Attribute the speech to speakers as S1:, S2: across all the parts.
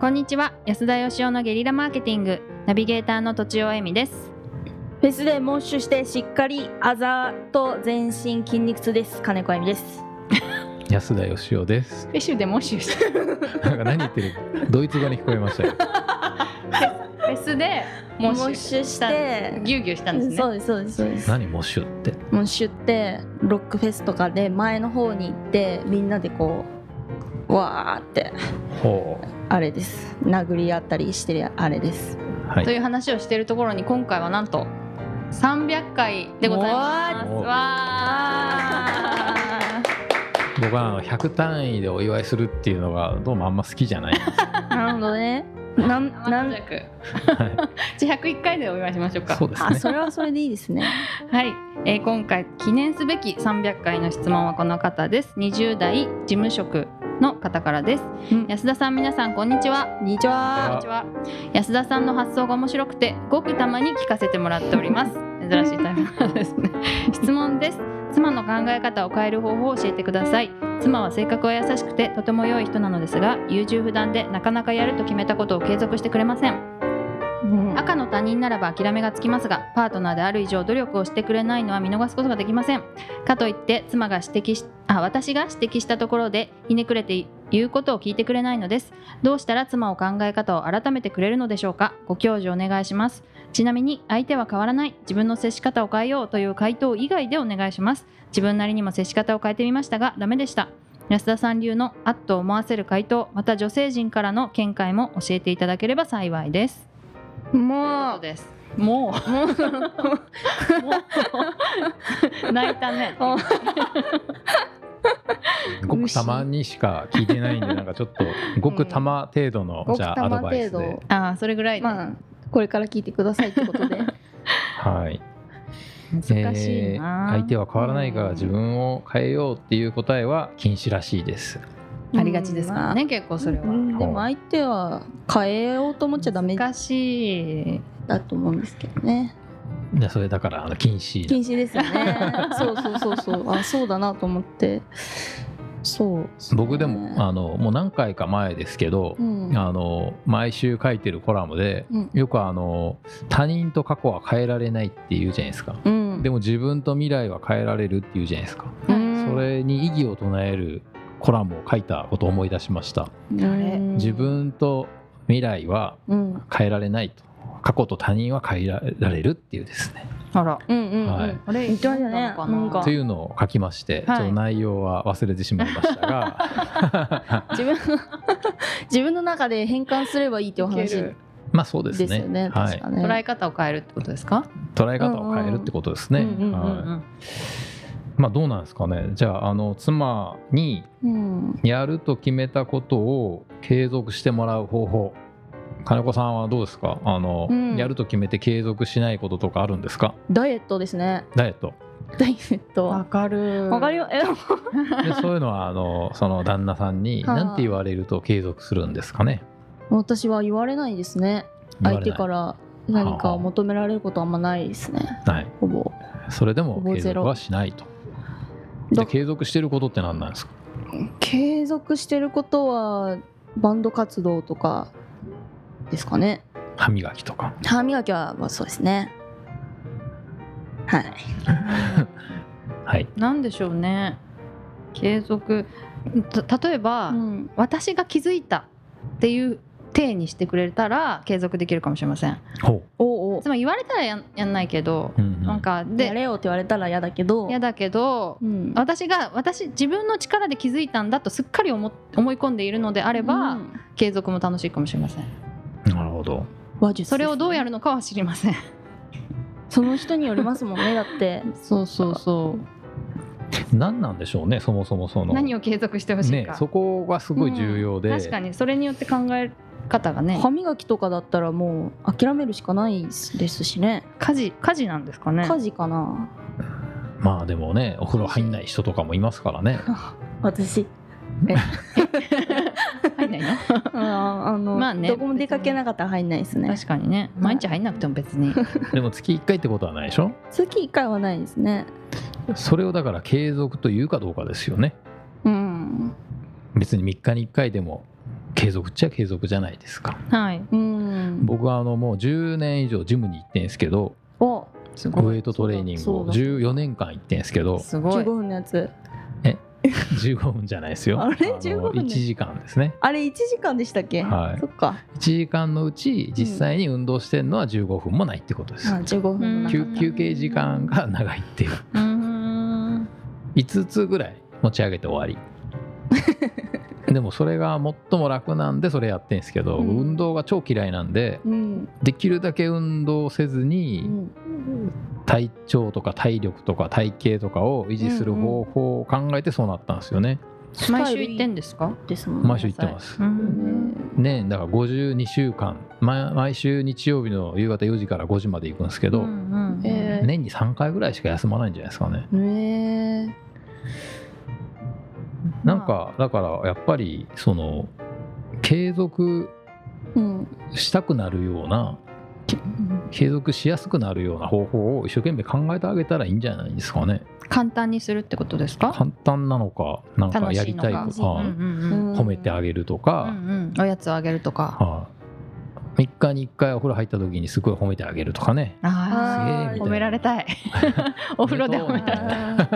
S1: こんにちは安田義雄のゲリラマーケティングナビゲーターの土地尾恵美です
S2: フェスでモッシュしてしっかりあざと全身筋肉痛です金子あゆみです
S3: 安田義雄です。
S1: フェシュでもししてフ
S3: なんか何言ってるドイツ語に聞こえましたよ。
S1: ェスで
S2: モッシュして
S1: ぎゅうぎゅうした
S2: そうですそうですそうです
S3: 何モシュって。
S2: モッシュってロックフェスとかで前の方に行ってみんなでこうわーって
S3: ほ
S2: あれです殴り合ったりしてるあれです
S3: う。は
S1: と
S3: い。
S1: いう話をしているところに今回はなんと300回でございます
S3: おー
S1: わー
S3: 僕はあの100単位でお祝いするっていうのがどうもあんま好きじゃない。
S2: なるほどねなん な
S1: なん
S2: ん
S1: 弱
S3: はい。
S1: じゃあ101回でお祝いしましょうか
S3: そうです
S2: あ
S3: ね。
S2: それはそれでいいですね
S1: はい、えー今回記念すべき300回の質問はこの方です20代事務職の方からです
S2: うん
S1: 安田さん皆さんこんにちは
S2: こんに
S1: こ
S2: ち
S1: んに
S2: は
S1: ちは安田さんの発想が面白くてごくたまに聞かせてもらっております珍しいタイプなん ですね質問です妻の考え方を変える方法を教えてください妻は性格は優しくてとても良い人なのですが優柔不断でなかなかやると決めたことを継続してくれません
S2: うん
S1: 赤の他人ならば諦めがつきますがパートナーである以上努力をしてくれないのは見逃すことができませんかといって妻が指摘しあ私が指摘したところでひねくれて言うことを聞いてくれないのですどうしたら妻を考え方を改めてくれるのでしょうかご教授お願いしますちなみに相手は変わらない自分の接し方を変えようという回答以外でお願いします自分なりにも接し方を変えてみましたがダメでした安田さん流のあっと思わせる回答また女性陣からの見解も教えていただければ幸いです
S2: も
S1: そうです。も
S2: うもう
S1: う泣いたね。
S3: ごくたまにしか聞いてないんで、なんかちょっとごくたま程度の、
S2: うん
S3: じゃ
S2: ごく
S3: あ
S2: た
S3: ア
S2: ま
S3: ドバイス
S2: 程
S3: で
S2: 度。
S1: ああ、それぐらいで。
S2: まあこれから聞いてくださいって ことで
S3: はい。
S1: 難しいな、
S3: えー相手は変わらないから自分を変えようっていう答えは禁止らしいです。
S1: ありがちですからね、結構それは。
S2: うんでも相手は変えようと思っちゃダメ
S1: 難しい。
S2: だと思うんですけどね
S3: でそれだからあの禁止。
S2: 禁止ですよ ねそうそうそうそうあそうだなと思ってそうですね
S3: 僕でもあのもう何回か前ですけど
S2: う、ん
S3: あの毎週書いてるコラムで
S2: うん
S3: よくあの他人と過去は変えられないっていうじゃないですか
S2: うん
S3: でも自分と未来は変えられるっていうじゃないですか、
S2: うん
S3: それに意義を唱えるコラムを書いたことを思い出しました、
S2: うん
S3: 自分と未来は
S2: うん
S3: 変えられないと過去と他人は変えられるっていうですね
S1: あら。
S2: うんうんうん
S3: はい
S1: あれ
S2: 言ってましたね
S1: 言ったの
S2: なんか
S3: というのを書きまして、
S1: はい
S3: ちょっと内容は忘れてしまいました が
S2: 自分自分の中で変換すればいいってお
S1: いけ
S2: 話
S1: る
S3: まあそうです
S2: で
S3: ね
S2: すよね
S3: は
S2: 確
S3: い
S2: か、ね、
S1: 捉え方を変えるってことですか。
S3: 捉え方を変えるってことですね、
S2: うんうんう
S1: う
S2: ん
S1: んう
S3: はい
S1: ん。
S3: まあどうなんですかねじゃああの妻に
S2: うん
S3: やると決めたことを継続してもらう方法金子さんはどうですかあの、
S2: うん
S3: やると決めて継続しないこととかあるんですか
S2: ダイエットですね
S3: ダイエッ ト
S2: ダイエット
S1: わかる。
S2: わかるよえ
S3: でそういうのはあのその旦那さんに
S2: はあ
S3: 何て言われると継続するんですかね
S2: 私は言われないですね
S3: 言
S2: 相
S3: われ
S2: 手
S3: ない
S2: から何かを求められることはあんまないですね
S3: はい
S2: ほぼ
S3: それでも
S2: ほぼ
S3: 継
S2: ゼロ
S3: 続はしないと
S2: ど
S3: で継続してることって何なんですか
S2: 継続してることはバンド活動とかですかね
S3: 歯磨きとか
S2: 歯磨きはまあそうですねはい
S3: はい
S1: なんでしょうね。継続。た例えば、
S2: ん
S1: 私が気づいたっていう体にしてくれたら継続できるかもしれません。
S3: ほ
S2: おうおう
S1: つまり言われたらやんやんないけど、
S3: う、うんうん
S1: なんか
S2: や
S1: で
S2: れよって言われたら嫌だけど
S1: 嫌だけど
S2: うん
S1: 私が私自分の力で気づいたんだとすっかり思っ思い込んでいるのであれば、
S2: うん
S1: 継続も楽しいかもしれません
S3: なるほど
S2: 話術
S1: それをどうや
S2: る
S1: るのかは知りません
S2: その人によりますもん ねだって
S1: そうそうそ
S3: 何なんでしょうねそもそもその
S1: 何を継続してほしい
S3: ね
S1: か、、
S3: そこがすごい重要で、
S1: 確かにそれによって考え方がね
S2: 歯磨きとかだったらもう諦めるしかないですしね
S1: 家事家事なんですかね
S2: 家事かな
S3: まあでもねお風呂入んない人とかもいますか らね
S2: 私
S1: 入んないの
S2: ああ の、
S1: まあね
S2: どこも出かけなかったら入んないですね
S1: 確かにね毎日入んなくても別 に
S3: でも月1回ってことはないでしょ
S2: 月1回はないですね
S3: それをだから継続というかどうかですよね
S2: うん
S3: 別に3日に1回でも継続っちゃ継続じゃないですか
S1: はい
S2: うん
S3: 僕はあのもう10年以上ジムに行ってんですけど
S2: おす
S3: ウ
S2: ご
S3: ェ
S2: い
S3: イトトレーニング
S2: そう
S3: を
S2: だ
S3: 14年間行ってんです けど
S1: すご
S2: 15
S1: い
S2: 分のやつ
S3: 15分じゃないですよ
S2: あれ
S3: の
S2: 15分ね
S3: 1時間ですね
S2: あれ1時間でしたっけ、
S3: はい
S2: そっか
S3: 1時間のうち実際に運動してるのは15分もないってことです、
S2: あ15分の
S3: 休
S2: 中
S1: うん
S3: 休憩時間が長いっていう
S1: うーん
S3: 5つぐらい持ち上げて終わりでもそれが最も楽なんでそれやってんですけど、
S2: うん
S3: 運動が超嫌いなんで
S2: うん
S3: できるだけ運動せず
S2: う
S3: に
S2: ん
S3: 体調とか体力とか体型とかを維持する方法を考えてそうなったんですよね、
S1: 毎週行ってんですか
S2: ですもん
S3: 毎週行ってます
S1: う
S2: うんん
S3: ねだから52週間ま毎週日曜日の夕方4時から5時まで行くんですけど、
S1: うんうん
S2: えー
S3: 年に3回ぐらいしか休まないんじゃないですかね
S2: ねえ
S3: なんかだからやっぱりその継続
S2: うん
S3: したくなるような継続しやすくなるような方法を一生懸命考えてあげたらいいんじゃないですかね
S1: 簡単にするってことですか
S3: 簡単なのかなんか
S1: 楽
S3: や
S1: しい
S3: り
S1: の
S3: た
S1: か
S3: いとか
S1: うんうんうん
S2: うん
S3: 褒めてあげると
S1: う
S3: か、
S1: んうんおやつをあげるとか
S3: はい3日に1回お風呂入った時にすごい褒めてあげるとかね
S1: あ
S3: す
S1: ー
S3: げえみたいな
S1: 褒められたいお風呂で褒められ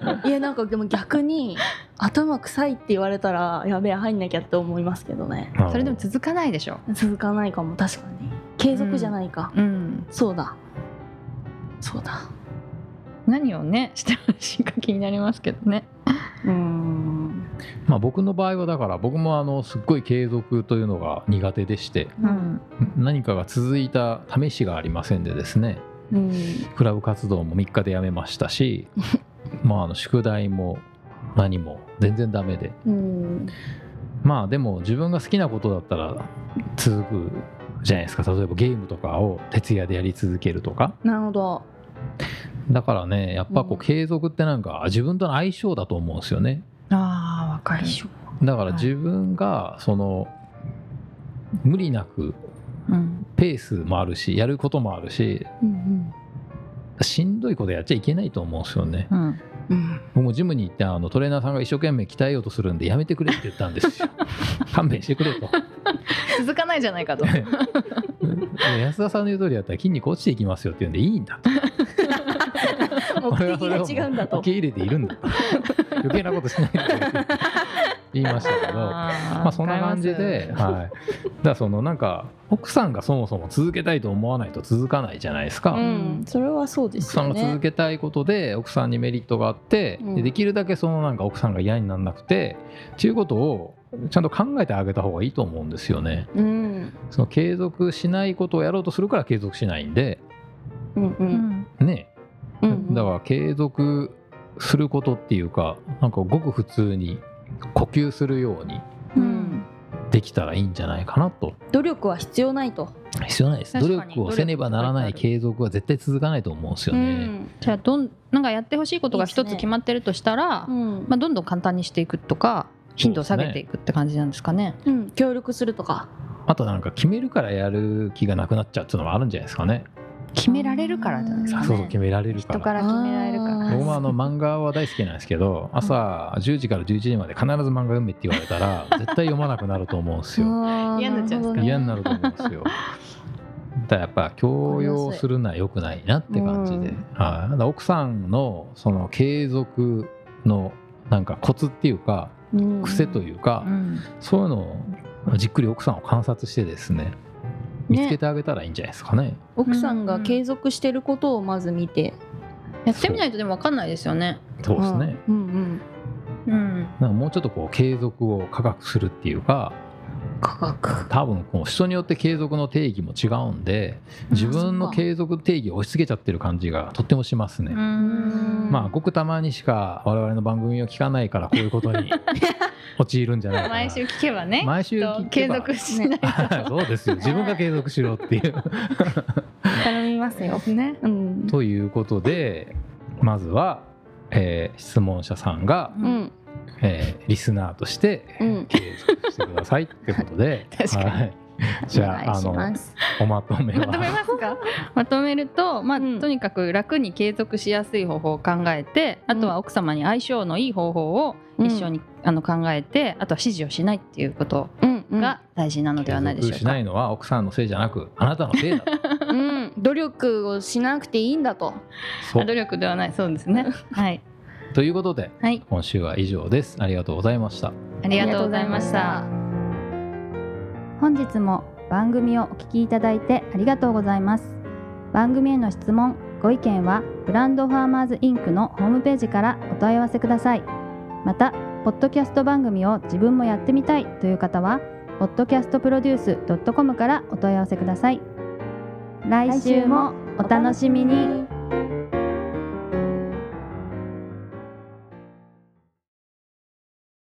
S1: たい
S2: いやなんかでも逆に頭臭いって言われたらやべえ入んなきゃって思いますけどね
S1: それでも続かないでしょ
S2: 続かないかも確かに継続じゃないか、
S1: うん
S2: そうだそうだ
S1: 何をねしてほしいか気になりますけどね
S2: うーん
S3: まあ、僕の場合はだから僕もあのすっごい継続というのが苦手でして
S1: うん
S3: 何かが続いた試しがありませんでですね
S2: うん
S3: クラブ活動も3日でやめました しまああの宿題も何も全然ダメで
S2: うん
S3: まあでも自分が好きなことだったら続くじゃないですか例えばゲームとかを徹夜でやり続けるとか
S2: なるほど
S3: だからねやっぱこ
S2: うん
S3: う継続ってなんか自分との相性だと思うんですよね
S1: ああわかる
S3: だから
S1: はい
S3: 自分がその無理なく
S1: うん
S3: ペースもあるしやることもあるし
S2: うん
S3: しんどいことやっちゃいけないと思うんですよね
S1: うん
S2: うんうん
S3: 僕もジムに行ってあのトレーナーさんが一生懸命鍛えようとするんでやめてくれって言ったんですよ勘弁してくれと
S1: 続かないじゃないかと
S3: 安田さんの言う通りだったら筋肉落ちていきますよって言うんでいいんだと
S2: 目
S3: 俺はそれを
S2: 的が違うんだと
S3: 受け入れているんだと余計なことしないでくれって言いましたけど
S1: ま
S3: まあそんな感じで、はい、だからそのなんか奥さんがそもそも続けたいと思わないと続かないじゃないですか、
S2: うんそれはそうで
S3: 奥
S2: す
S3: さん
S2: よ
S3: が続
S2: ね
S3: けたいことで奥さんにメリットがあって、
S2: うん
S3: でできるだけそのなんか奥さんが嫌にならなくてっていうことをちゃんと考えてあげた方がいいと思うんですよね。
S2: うん
S3: その継続しないことをやろうとするから継続しないんで
S2: うんう
S1: うんん
S3: ね、
S2: うん
S3: だから継続することっていうかなんかごく普通に呼吸するように
S1: うん
S3: できたらいいんじゃないかなと
S2: 努力は必要ないと、
S3: 必要ないです努
S1: 確かに
S3: 力をせねばならない継続は絶対続かないと思うんですよ
S2: う
S3: ね。
S2: ん
S1: じゃあどんなんかやってほしいことが一
S2: いいっ
S1: つ
S2: すね
S1: 決まってるとしたら
S2: うん
S1: まあどんどん簡単にしていくとか頻度を下げていくって感じなんですかね
S2: うん、協力するとか
S3: あとなんか決めるからやる気がなくなっちゃうっていうのもあるんじゃないですかね。
S1: 決められるからじゃないですか
S3: あ
S1: ね
S3: そうそう決められるから
S1: 人から決められるから
S2: あー
S3: 僕もあの漫画は大好きなんですけど朝10時から11時まで必ず漫画読めって言われたら絶対読まなくなると思うんですよ
S2: 嫌
S1: 嫌になっちゃうんですか
S3: 嫌になると思うんですよだからやっぱ強要するのは良くないなって感じで、
S2: うん
S3: はいだから奥さんのその継続のなんかコツっていうか癖というか、
S1: うん
S3: そういうのをじっくり奥さんを観察してですね見つけてあげたらいいんじゃないですかね
S2: 奥さんが継続してることをまず見て、
S1: やってみないとでも分かんないですよね
S3: そうですね、
S2: うんうん
S1: うん
S3: なんかもうちょっとこう継続を科学するっていうか
S2: 科学
S3: 多分こう人によって継続の定義も違うんで自分の継続定義を押し付けちゃってる感じがとってもしますね、
S2: ん
S3: まあごくたまにしか我々の番組を聞かないからこういうことに陥るんじゃないかな
S1: 毎週聞けばね
S3: 毎週聞
S1: 継
S3: けば
S1: 続しない
S3: そうですよ自分が継続しろっていう
S2: 頼みますよ、
S1: ね
S2: うん
S3: ということでまずは、えー質問者さんが
S1: う
S2: うんん
S3: えーリスナーとして
S2: うん
S3: 継続してくださいってことで
S1: 確かに
S3: はい、じゃああ
S2: お願い
S3: の
S2: します
S3: おまとめ
S1: まとめ
S3: は
S1: ます かまとめると、まあ
S2: うん
S1: とにかく楽に継続しやすい方法を考えてあとは奥様に相性のいい方法を一緒に、あの考えてあとは指示をしないっていうこと
S2: うん
S4: が大事なのではないでしょう
S3: 継続し
S4: か。
S3: ないのは奥さんのせいじゃなくあなたのせいだと
S1: うん、努力をしなくていいんだと。
S3: そう
S4: あ努力ではないそうです ね。はい、
S3: ということで
S4: はい、
S3: 今週は以上ですありがとうございました
S4: ありがとうございました。本日も番組をお聞きいただいてありがとうございます番組への質問ご意見はブランドファーマーズインクのホームページからお問い合わせくださいまたポッドキャスト番組を自分もやってみたいという方は podcastproduce.com からお問い合わせください来週もお楽しみに